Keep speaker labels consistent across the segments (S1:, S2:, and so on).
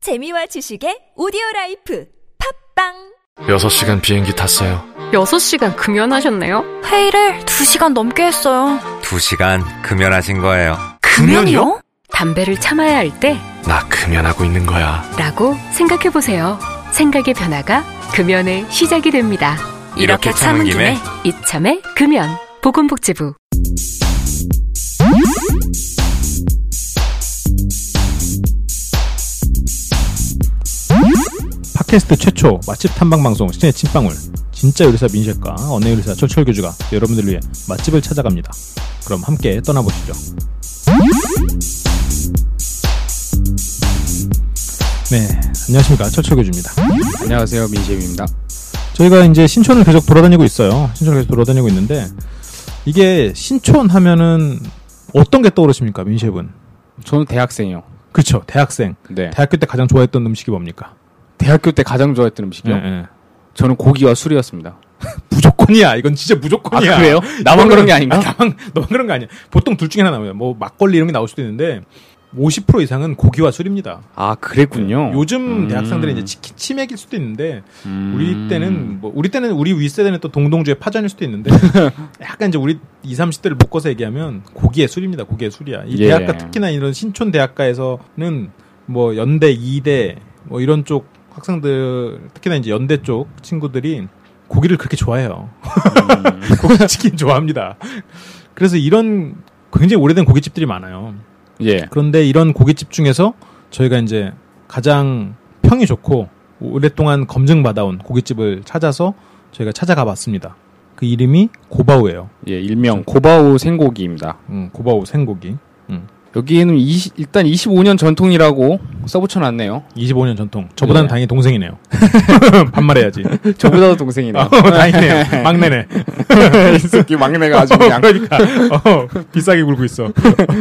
S1: 재미와 지식의 오디오 라이프 팝빵
S2: 6시간 비행기 탔어요.
S3: 6시간 금연하셨네요?
S4: 회의를 2시간 넘게 했어요.
S5: 2시간 금연하신 거예요.
S2: 금연이요?
S3: 담배를 참아야 할 때
S2: 나 금연하고 있는 거야.
S3: 라고 생각해 보세요. 생각의 변화가 금연의 시작이 됩니다.
S5: 이렇게 참은 김에
S3: 이참에 금연. 보건복지부.
S6: 팟캐스트 최초 맛집 탐방 방송 신의 침방울 진짜 요리사 민셰과 언어 요리사 철철 교주가 여러분들 위해 맛집을 찾아갑니다. 그럼 함께 떠나보시죠. 네, 안녕하십니까 철철 교주입니다.
S7: 안녕하세요 민심입니다.
S6: 저희가 이제 신촌을 계속 돌아다니고 있어요. 신촌을 계속 돌아다니고 있는데 이게 신촌 하면은 어떤 게 떠오르십니까, 민셰분?
S7: 저는 대학생이요.
S6: 그렇죠, 대학생.
S7: 네.
S6: 대학교 때 가장 좋아했던 음식이 뭡니까?
S7: 대학교 때 가장 좋아했던 음식이요.
S6: 예, 예.
S7: 저는 고기와 술이었습니다.
S6: 무조건이야. 이건 진짜
S7: 아
S6: 무조건이야.
S7: 그래요? 나만 그런 게 아닌가?
S6: 아, 나만, 너만 그런 거 아니야. 보통 둘 중에 하나 나와요. 뭐 막걸리 이런 게 나올 수도 있는데 50% 이상은 고기와 술입니다.
S7: 아 그랬군요.
S6: 요즘
S7: 음.
S6: 대학생들은 이제 치킨 치맥일 수도 있는데
S7: 음.
S6: 우리 때는 뭐 우리 때는 우리 윗 세대는 또 동동주의 파전일 수도 있는데 약간 이제 우리 2, 30대를 묶어서 얘기하면 고기의 술입니다. 고기의 술이야. 이
S7: 예.
S6: 대학가 특히나 이런 신촌 대학가에서는 뭐 연대, 이대 뭐 이런 쪽 학생들 특히나 이제 연대 쪽 친구들이 고기를 그렇게 좋아해요.
S7: 음.
S6: 고기치킨 좋아합니다. 그래서 이런 굉장히 오래된 고깃집들이 많아요.
S7: 예.
S6: 그런데 이런 고깃집 중에서 저희가 이제 가장 평이 좋고 오랫동안 검증받아온 고깃집을 찾아서 저희가 찾아가 봤습니다. 그 이름이 고바우예요.
S7: 예 일명 고바오 생고기입니다.
S6: 음, 고바우 생고기.
S7: 여기에는 20 일단 25년 전통이라고 써붙여놨네요.
S6: 25년 전통. 저보다는
S7: 네.
S6: 당연히 동생이네요. 반말해야지.
S7: 저보다도 동생이네요.
S6: 어, 다행이네요. 막내네.
S7: 아, 이 새끼 막내가 아주 그냥.
S6: 그러니까 어, 비싸게 굴고 있어.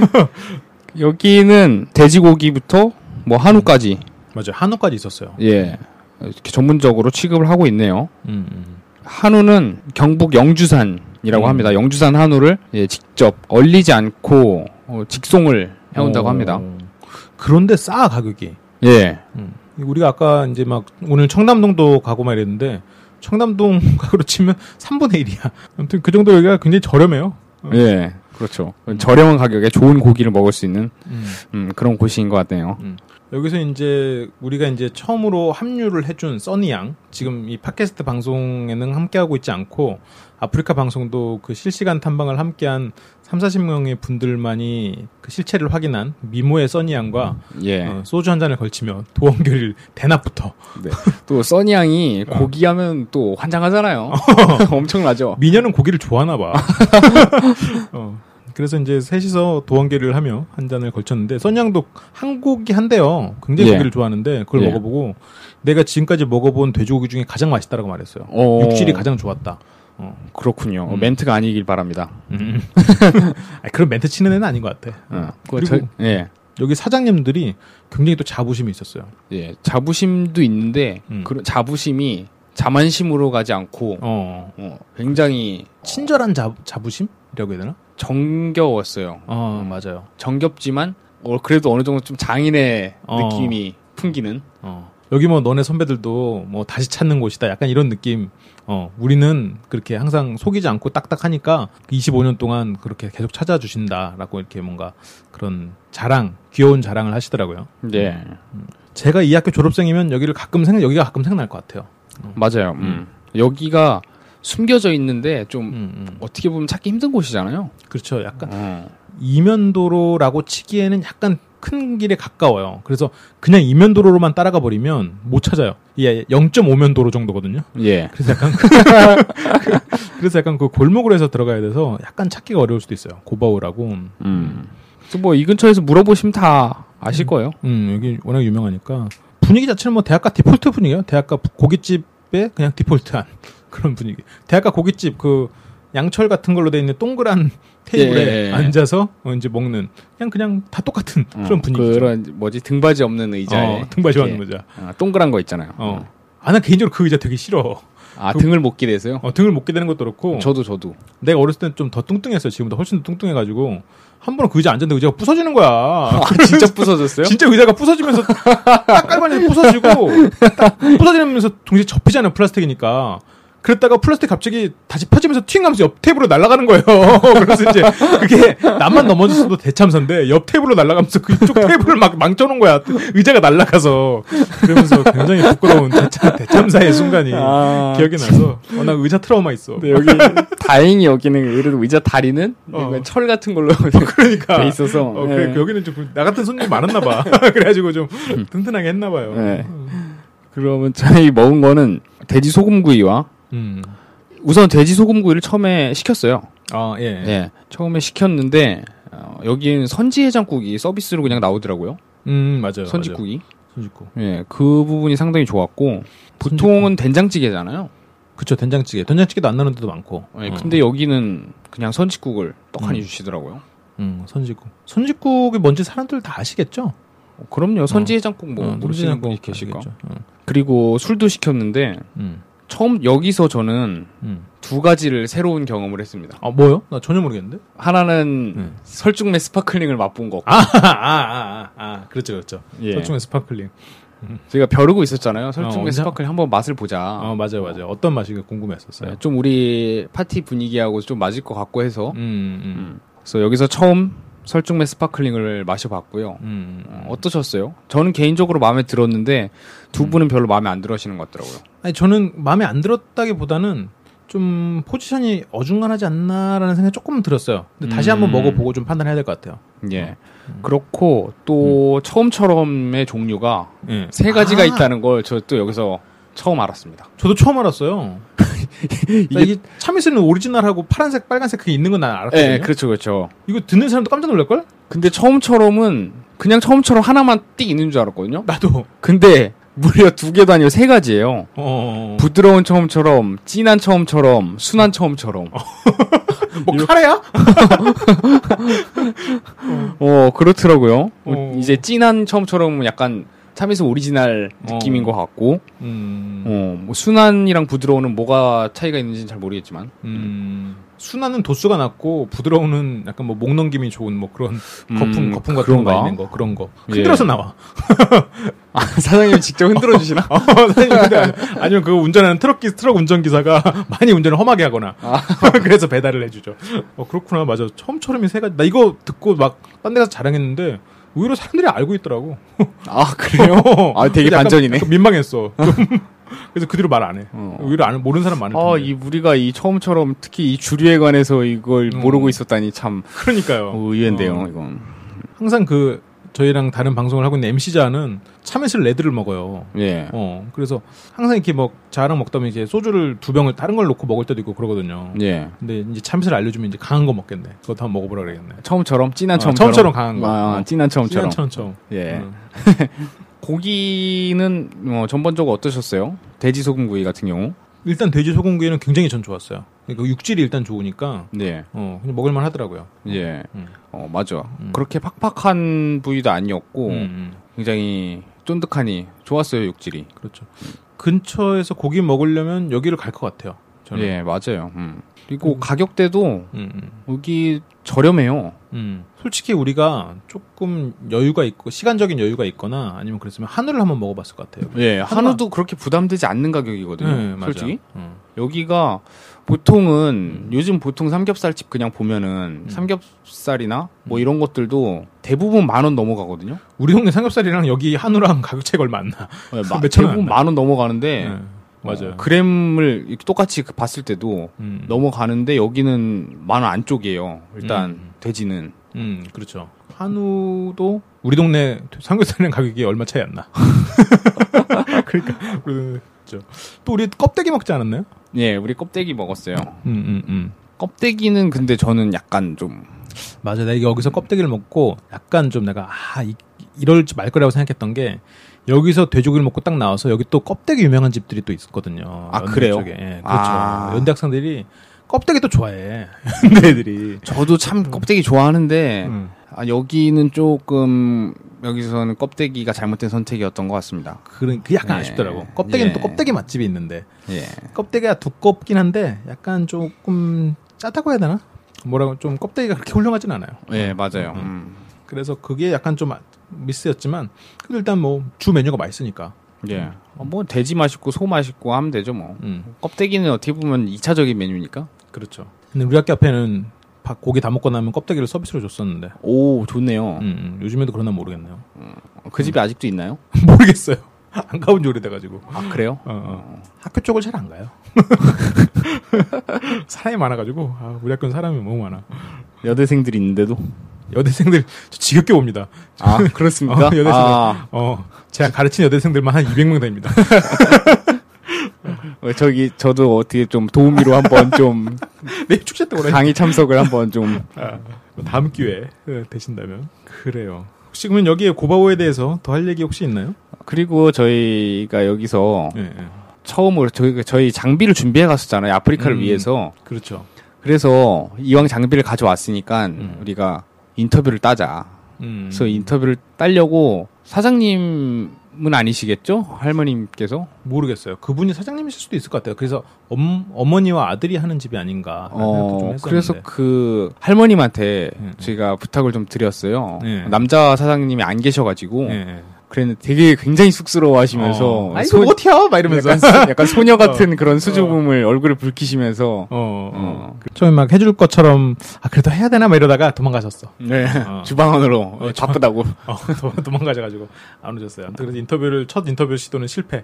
S7: 여기는 돼지고기부터 뭐 한우까지
S6: 맞아요. 한우까지 있었어요.
S7: 예 이렇게 전문적으로 취급을 하고 있네요.
S6: 음, 음.
S7: 한우는 경북
S6: 음.
S7: 영주산이라고 합니다. 영주산 한우를 예, 직접 얼리지 않고 어, 직송을 해온다고
S6: 어,
S7: 합니다.
S6: 그런데 싸 가격이.
S7: 예.
S6: 우리가 아까 이제 막 오늘 청담동도 가고 막 이랬는데 청담동 가로 치면 3분의 1이야. 아무튼 그 정도 여기가 굉장히 저렴해요.
S7: 예. 그렇죠. 저렴한 가격에 좋은 고기를 먹을 수 있는 음, 그런 곳인 것 같네요.
S6: 여기서 이제 우리가 이제 처음으로 합류를 해준 써니 양 지금 이 팟캐스트 방송에는 함께하고 있지 않고 아프리카 방송도 그 실시간 탐방을 함께한 3, 40명의 분들만이 그 실체를 확인한 미모의 써니 양과
S7: 예.
S6: 어, 소주 한 잔을 걸치며 도원결일 대낮부터
S7: 또 써니양이
S6: 어.
S7: 고기하면 또 환장하잖아요. 엄청나죠.
S6: 미녀는 고기를 좋아하나 봐. 어, 그래서 이제 셋이서 도원개를 하며 한 잔을 걸쳤는데 선양도 한고기 한대요. 굉장히
S7: 예.
S6: 고기를 좋아하는데 그걸
S7: 예.
S6: 먹어보고 내가 지금까지 먹어본 돼지고기 중에 가장 맛있다라고 말했어요.
S7: 어,
S6: 육질이 가장 좋았다.
S7: 그렇군요.
S6: 음.
S7: 멘트가 아니길 바랍니다.
S6: 아, 그런 멘트 치는 애는 아닌 것 같아.
S7: 어,
S6: 그리고-
S7: 저- 예.
S6: 여기 사장님들이 굉장히 또 자부심이 있었어요.
S7: 예. 자부심도 있는데
S6: 음.
S7: 그런 자부심이 자만심으로 가지 않고
S6: 어,
S7: 어, 굉장히
S6: 친절한 자, 자부심이라고 해야 되나?
S7: 정겨웠어요.
S6: 어, 맞아요.
S7: 정겹지만 어, 그래도 어느 정도 좀 장인의
S6: 어.
S7: 느낌이 풍기는.
S6: 어. 여기 뭐 너네 선배들도 뭐 다시 찾는 곳이다. 약간 이런 느낌. 어, 우리는 그렇게 항상 속이지 않고 딱딱하니까 25년 동안 그렇게 계속 찾아주신다라고 이렇게 뭔가 그런 자랑, 귀여운 자랑을 하시더라고요.
S7: 네,
S6: 제가 이 학교 졸업생이면 여기를 가끔 생 여기가 가끔 생각날 것 같아요.
S7: 맞아요. 음. 여기가 숨겨져 있는데 좀
S6: 음, 음.
S7: 어떻게 보면 찾기 힘든 곳이잖아요.
S6: 그렇죠. 약간
S7: 어.
S6: 이면도로라고 치기에는 약간 큰 길에 가까워요. 그래서 그냥 이면도로로만 따라가 버리면 못 찾아요. 이게 0.5면도로 정도거든요.
S7: 예.
S6: 그래서 약간 그래서 약간 그 골목으로 해서 들어가야 돼서 약간 찾기가 어려울 수도 있어요. 고바우라고.
S7: 음. 뭐이 근처에서 물어보시면 다 아실 거예요.
S6: 음 여기 워낙 유명하니까 분위기 자체는 뭐 대학가 디폴트 분위기예요. 대학가 고깃집에 그냥 디폴트한 그런 분위기. 대학가 고깃집 그 양철 같은 걸로 돼 있는 동그란 테이블에
S7: 예. 음,
S6: 앉아서 어, 이제 먹는 그냥 그냥 다 똑같은 그런 분위기.
S7: 그런 뭐지 어, 등받이 없는 의자에
S6: 등받이
S7: 이렇게,
S6: 받는 거죠.
S7: 어, 동그란 거 있잖아요.
S6: 어. 아, 나 개인적으로 그 의자 되게 싫어.
S7: 아
S6: 그-
S7: 등을 못 기대서요.
S6: 어, 등을 못 기대는 것도 그렇고.
S7: 저도 저도.
S6: 내가 어렸을 땐 좀 더 뚱뚱했어요. 지금보다 훨씬 더 뚱뚱해가지고. 한 번은 그 의자 앉았는데 의자가 부서지는 거야.
S7: 아, 진짜 부서졌어요?
S6: 진짜 의자가 부서지면서 딱 깔만이 부서지고 딱 부서지면서 동시에 접히잖아요 플라스틱이니까 그랬다가 플라스틱 갑자기 다시 펴지면서 튕하면서 옆 테이블로 날아가는 거예요 그래서 이제 그게 나만 넘어졌어도 대참사인데 옆 테이블로 날아가면서 그쪽 테이블을 막 망쳐놓은 거야 의자가 날아가서 그러면서 굉장히 부끄러운 대참, 대참사의 순간이
S7: 아, 네.
S6: 기억이 나서 어, 나 의자 트라우마 있어
S7: 근데 여기 다행히 여기는 그래도 의자 다리는
S6: 어.
S7: 철 같은 걸로
S6: 그러니까
S7: 돼 있어서.
S6: 어, 그래,
S7: 예.
S6: 여기는 좀 나 같은 손님이 많았나 봐 그래가지고 좀 튼튼하게 했나 봐요
S7: 음. 네.
S6: 음.
S7: 그러면 저희 먹은 거는 돼지 소금구이와
S6: 음.
S7: 우선 돼지 소금구이를 처음에 시켰어요.
S6: 아, 예.
S7: 예. 처음에 시켰는데 어, 여기는 선지 해장국이 서비스로 그냥 나오더라고요.
S6: 음, 맞아요.
S7: 선지국이.
S6: 맞아요. 선지국.
S7: 예. 그 부분이 상당히 좋았고 보통은 된장찌개잖아요.
S6: 그쵸, 된장찌개. 된장찌개도 안 나는 데도 많고.
S7: 예,
S6: 어.
S7: 근데 여기는 그냥 선지국을 떡하니
S6: 음.
S7: 주시더라고요.
S6: 음, 선지국. 선지국이 뭔지 사람들 다 아시겠죠?
S7: 어, 그럼요. 선지 해장국 뭐
S6: 어,
S7: 모르시는 분이
S6: 선지국이
S7: 계실까?
S6: 아시겠죠? 음,
S7: 그리고 술도 시켰는데
S6: 음,
S7: 처음 여기서 저는
S6: 음.
S7: 두 가지를 새로운 경험을 했습니다.
S6: 아, 뭐요? 나 전혀 모르겠는데?
S7: 하나는
S6: 음.
S7: 설중매 스파클링을 맛본 거.
S6: 아, 아, 아, 아, 아. 그렇죠, 그렇죠.
S7: 예.
S6: 설중의 스파클링.
S7: 저희가 벼르고 있었잖아요. 설중매
S6: 어, 언제-
S7: 스파클링 한번 맛을 보자.
S6: 아, 맞아요, 맞아요. 어떤 맛이 궁금했었어요.
S7: 네, 좀 우리 파티 분위기하고 좀 맞을 것 같고 해서
S6: 음, 음,
S7: 그래서 여기서 처음 설중매 스파클링을 마셔봤고요.
S6: 음.
S7: 어, 어떠셨어요? 저는 개인적으로 마음에 들었는데 두 분은 별로 마음에 안 들으시는 것 같더라고요.
S6: 아니, 저는 마음에 안 들었다기보다는 좀 포지션이 어중간하지 않나라는 생각이 조금 들었어요. 근데 다시 한번
S7: 음.
S6: 먹어보고 좀 판단해야 될 것 같아요. 어,
S7: 예.
S6: 음.
S7: 그렇고 또 처음처럼의 종류가
S6: 예.
S7: 세 가지가
S6: 아.
S7: 있다는 걸 저 또 여기서 처음 알았습니다.
S6: 저도 처음 알았어요. 그러니까
S7: 이게-
S6: 이게, 이게 참이슬은 오리지널하고 파란색, 빨간색 그게 있는 건 난 알았거든요.
S7: 예, 그렇죠, 그렇죠.
S6: 이거 듣는 사람도 깜짝 놀랄걸?
S7: 근데 처음처럼은 그냥 처음처럼 하나만 띡 있는 줄 알았거든요.
S6: 나도.
S7: 근데 무려 두 개도 아니고 세 가지예요.
S6: 어.
S7: 부드러운 처음처럼, 진한 처음처럼, 순한 처음처럼.
S6: 뭐 카레야?
S7: 어, 그렇더라고요.
S6: 어.
S7: 이제 진한 처음처럼은 약간 참이슬 오리지널 느낌인
S6: 어.
S7: 것 같고,
S6: 음.
S7: 어, 뭐 순한이랑 부드러운은 뭐가 차이가 있는지는 잘 모르겠지만.
S6: 음. 순화는 도수가 낮고 부드러우는 약간 뭐 목 넘김이 좋은 뭐 그런 거품
S7: 음,
S6: 거품 같은 거
S7: 그런가?
S6: 많이 있는 거 그런 거
S7: 예.
S6: 흔들어서 나와.
S7: 아, 사장님 직접 흔들어 주시나?
S6: 어, 사장님 근데 아니- 아니면 그 운전하는 트럭 기 트럭 운전 기사가 많이 운전을 험하게 하거나
S7: 아.
S6: 그래서 배달을 해주죠. 어 그렇구나 맞아 처음처럼이 세 가지 나 이거 듣고 막 딴 데 가서 자랑했는데 의외로 사람들이 알고 있더라고. 어,
S7: 아, 그래요? 아, 되게
S6: 약간-
S7: 반전이네.
S6: 약간 민망했어. 좀. 그래서 그 뒤로 말 안 해.
S7: 어.
S6: 오히려 안, 모르는 사람 많을 텐데.
S7: 아, 이 우리가 이 처음처럼 특히 이 주류에 관해서 이걸
S6: 음.
S7: 모르고 있었다니 참
S6: 그러니까요.
S7: 의외인데요,
S6: 어.
S7: 이건.
S6: 항상 그 저희랑 다른 방송을 하고 있는 MC자는 참외실 레드를 먹어요.
S7: 예.
S6: 어, 그래서 항상 이렇게 뭐 자랑 먹다 보면 이제 소주를 두 병을 다른 걸 놓고 먹을 때도 있고 그러거든요.
S7: 예.
S6: 근데 이제 참외실 알려주면 이제 강한 거 먹겠네. 그것도 한번 먹어보라 그러겠네.
S7: 처음처럼 진한
S6: 아,
S7: 처음처럼
S6: 처음처럼 강한 거.
S7: 아,
S6: 어.
S7: 진한 처음처럼.
S6: 처음 처음.
S7: 예. 고기는 어, 전반적으로 어떠셨어요? 돼지 소금구이 같은 경우.
S6: 일단 돼지 소금구이는 굉장히 전 좋았어요. 그러니까 육질이 일단 좋으니까
S7: 네.
S6: 어, 그냥 먹을만 하더라고요.
S7: 예.
S6: 음.
S7: 어, 맞아.
S6: 음.
S7: 그렇게 팍팍한 부위도 아니었고
S6: 음, 음.
S7: 굉장히 쫀득하니 좋았어요, 육질이.
S6: 그렇죠. 근처에서 고기 먹으려면 여기를 갈 것 같아요. 저는.
S7: 예, 맞아요. 음. 그리고 가격대도
S6: 음, 음,
S7: 여기 저렴해요.
S6: 음. 솔직히 우리가 조금 여유가 있고 시간적인 여유가 있거나 아니면 그랬으면 한우를 한번 먹어봤을 것 같아요.
S7: 예, 한우도 그렇게 부담되지 않는 가격이거든요.
S6: 네, 맞아요.
S7: 솔직히.
S6: 음.
S7: 여기가 보통은 요즘 보통 삼겹살 집 그냥 보면은
S6: 음.
S7: 삼겹살이나 뭐 이런 것들도 대부분 만 원 넘어가거든요.
S6: 우리 동네 삼겹살이랑 여기 한우랑 가격 차이가 얼마 안 나.
S7: 예, 마-
S6: 몇천 원
S7: 대부분
S6: 안
S7: 만 원 넘어가는데
S6: 네, 맞아요.
S7: 어, 그램을 이렇게 똑같이 그 봤을 때도
S6: 음.
S7: 넘어가는데 여기는 만 원 안쪽이에요. 일단
S6: 음.
S7: 돼지는
S6: 음, 그렇죠. 한우도 우리 동네 삼겹살이랑 가격이 얼마 차이 안 나. 그러니까 그렇죠. 또 우리 껍데기 먹지 않았나요?
S7: 예 우리 껍데기 먹었어요.
S6: 음, 음, 음.
S7: 껍데기는 근데 저는 약간 좀
S6: 맞아. 내가 여기서 껍데기를 먹고 약간 좀 내가 아 이, 이럴 말 거라고 생각했던 게 여기서 돼지고기를 먹고 딱 나와서 여기 또 껍데기 유명한 집들이 또 있거든요.
S7: 아,
S6: 연대
S7: 그래요?
S6: 쪽에. 예, 그렇죠.
S7: 아.
S6: 연대 학생들이 껍데기 또 좋아해.
S7: 네,
S6: 연대 애들이.
S7: 음. 저도 참 껍데기 좋아하는데
S6: 음.
S7: 아, 여기는 조금 여기서는 껍데기가 잘못된 선택이었던 것 같습니다.
S6: 그런 그 약간
S7: 예.
S6: 아쉽더라고. 껍데기는
S7: 예.
S6: 또 껍데기 맛집이 있는데
S7: 예.
S6: 껍데기가 두껍긴 한데 약간 조금 짜다고 해야 되나? 뭐라고 좀 껍데기가 그렇게 훌륭하진 않아요.
S7: 예, 맞아요. 음.
S6: 그래서 그게 약간 좀 아- 미스였지만 그래도 일단 뭐 주 메뉴가 맛있으니까.
S7: 예. 어, 뭐 돼지 맛있고 소 맛있고 하면 되죠 뭐.
S6: 음.
S7: 껍데기는 어떻게 보면 2차적인 메뉴니까.
S6: 그렇죠. 근데 우리 학교 앞에는 밥 고기 다 먹고 나면 껍데기를 서비스로 줬었는데.
S7: 오, 좋네요.
S6: 음, 음. 요즘에도 그러나 모르겠네요.
S7: 그 집이 아직도 있나요?
S6: 모르겠어요. 안 가본 지 오래돼가지고.
S7: 아, 그래요?
S6: 어, 어. 학교 쪽을 잘 안 가요. 사람이 많아가지고 아, 우리 학교는 사람이 너무 많아.
S7: 여대생들이 있는데도.
S6: 여대생들 저 지겹게 봅니다.
S7: 아, 그렇습니까?
S6: 어, 여대생들.
S7: 아,
S6: 어, 제가 가르친 여대생들만 한 200명 됩니다.
S7: 어, 저기 저도 어떻게 좀 도우미로 한번 좀
S6: 내 네, 축제 때 오라.
S7: 강의 참석을 한번 좀
S6: 다음 기회에 예, 되신다면 그래요. 혹시 그러면 여기에 고바오에 대해서 더 할 얘기 혹시 있나요?
S7: 그리고 저희가 여기서
S6: 예, 예.
S7: 처음으로 저희 저희 장비를 준비해 갔었잖아요. 아프리카를
S6: 음.
S7: 위해서.
S6: 그렇죠.
S7: 그래서 이왕 장비를 가져왔으니까
S6: 음.
S7: 우리가 인터뷰를 따자.
S6: 음.
S7: 그래서 인터뷰를 따려고 사장님은 아니시겠죠? 할머님께서
S6: 모르겠어요. 그분이 사장님이실 수도 있을 것 같아요. 그래서 엄, 어머니와 아들이 하는 집이 아닌가 라는 생각도 좀
S7: 어,
S6: 했었는데.
S7: 그래서 그 할머님한테
S6: 음.
S7: 제가 부탁을 좀 드렸어요.
S6: 예.
S7: 남자 사장님이 안 계셔가지고
S6: 예, 예.
S7: 그랬는데 되게 굉장히 쑥스러워하시면서
S6: 어. 아니
S7: 소-
S6: 그거 어떻게 해? 막 이러면서
S7: 약간, 소- 약간 소녀 같은 그런 수줍음을 얼굴에 불키시면서
S6: 어, 어. 처음에 막 해줄 것처럼 아 그래도 해야 되나 막 이러다가 도망가셨어.
S7: 네.
S6: 어.
S7: 주방원으로
S6: 어, 저-
S7: 바쁘다고.
S6: 어, 도- 도망가셔가지고 안 오셨어요. 아무튼 그래서 인터뷰를 첫 인터뷰 시도는 실패.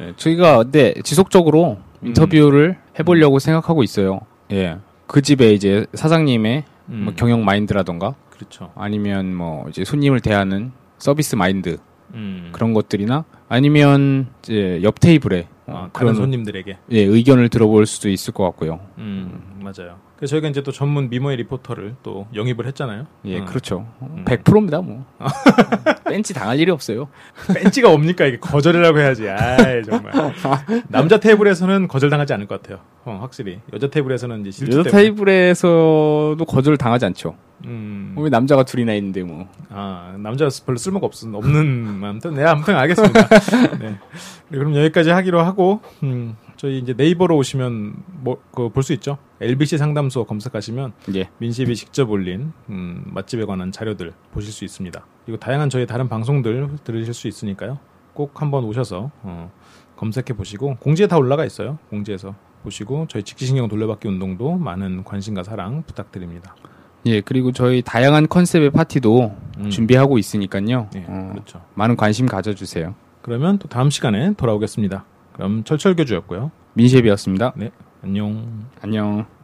S7: 예, 저희가 근데 지속적으로
S6: 음.
S7: 인터뷰를 해보려고 생각하고 있어요. 예. 그 집에 이제 사장님의
S6: 음,
S7: 뭐 경영 마인드라던가
S6: 그렇죠.
S7: 아니면 뭐 이제 손님을 대하는 서비스 마인드
S6: 음.
S7: 그런 것들이나 아니면 이제 옆 테이블에
S6: 아,
S7: 어,
S6: 다른
S7: 그런
S6: 손님들에게.
S7: 예, 의견을 들어볼 수도 있을 것 같고요.
S6: 음, 맞아요. 그래서 저희가 이제 또 전문 미모의 리포터를 또 영입을 했잖아요.
S7: 예,
S6: 음.
S7: 그렇죠. 100%입니다, 뭐. 벤치 당할 일이 없어요.
S6: 벤치가 옵니까 이게 거절이라고 해야지. 아 정말. 남자 테이블에서는 거절당하지 않을 것 같아요. 어, 확실히 여자 테이블에서는 이제 실제
S7: 여자 테이블에서도 거절 당하지 않죠.
S6: 음,
S7: 왜 남자가 둘이나 있는데 뭐.
S6: 아 남자 별로 쓸모가 없은 없는 아무튼 네 아무튼 알겠습니다. 네. 네, 그럼 여기까지 하기로 하고 음, 저희 이제 네이버로 오시면 뭐그볼 수 있죠. LBC 상담소 검색하시면
S7: 예.
S6: 민식이 직접 올린 음, 맛집에 관한 자료들 보실 수 있습니다. 그리고 다양한 저희 다른 방송들 들으실 수 있으니까요. 꼭 한번 오셔서 어, 검색해 보시고 공지에 다 올라가 있어요. 공지에서 보시고 저희 직지신경 돌려받기 운동도 많은 관심과 사랑 부탁드립니다.
S7: 예, 그리고 저희 다양한 컨셉의 파티도
S6: 음.
S7: 준비하고 있으니까요.
S6: 예,
S7: 어,
S6: 그렇죠.
S7: 많은 관심 가져주세요.
S6: 그러면 또 다음 시간에 돌아오겠습니다. 그럼 철철교주였고요.
S7: 민셰비였습니다.
S6: 네, 안녕.
S7: 안녕.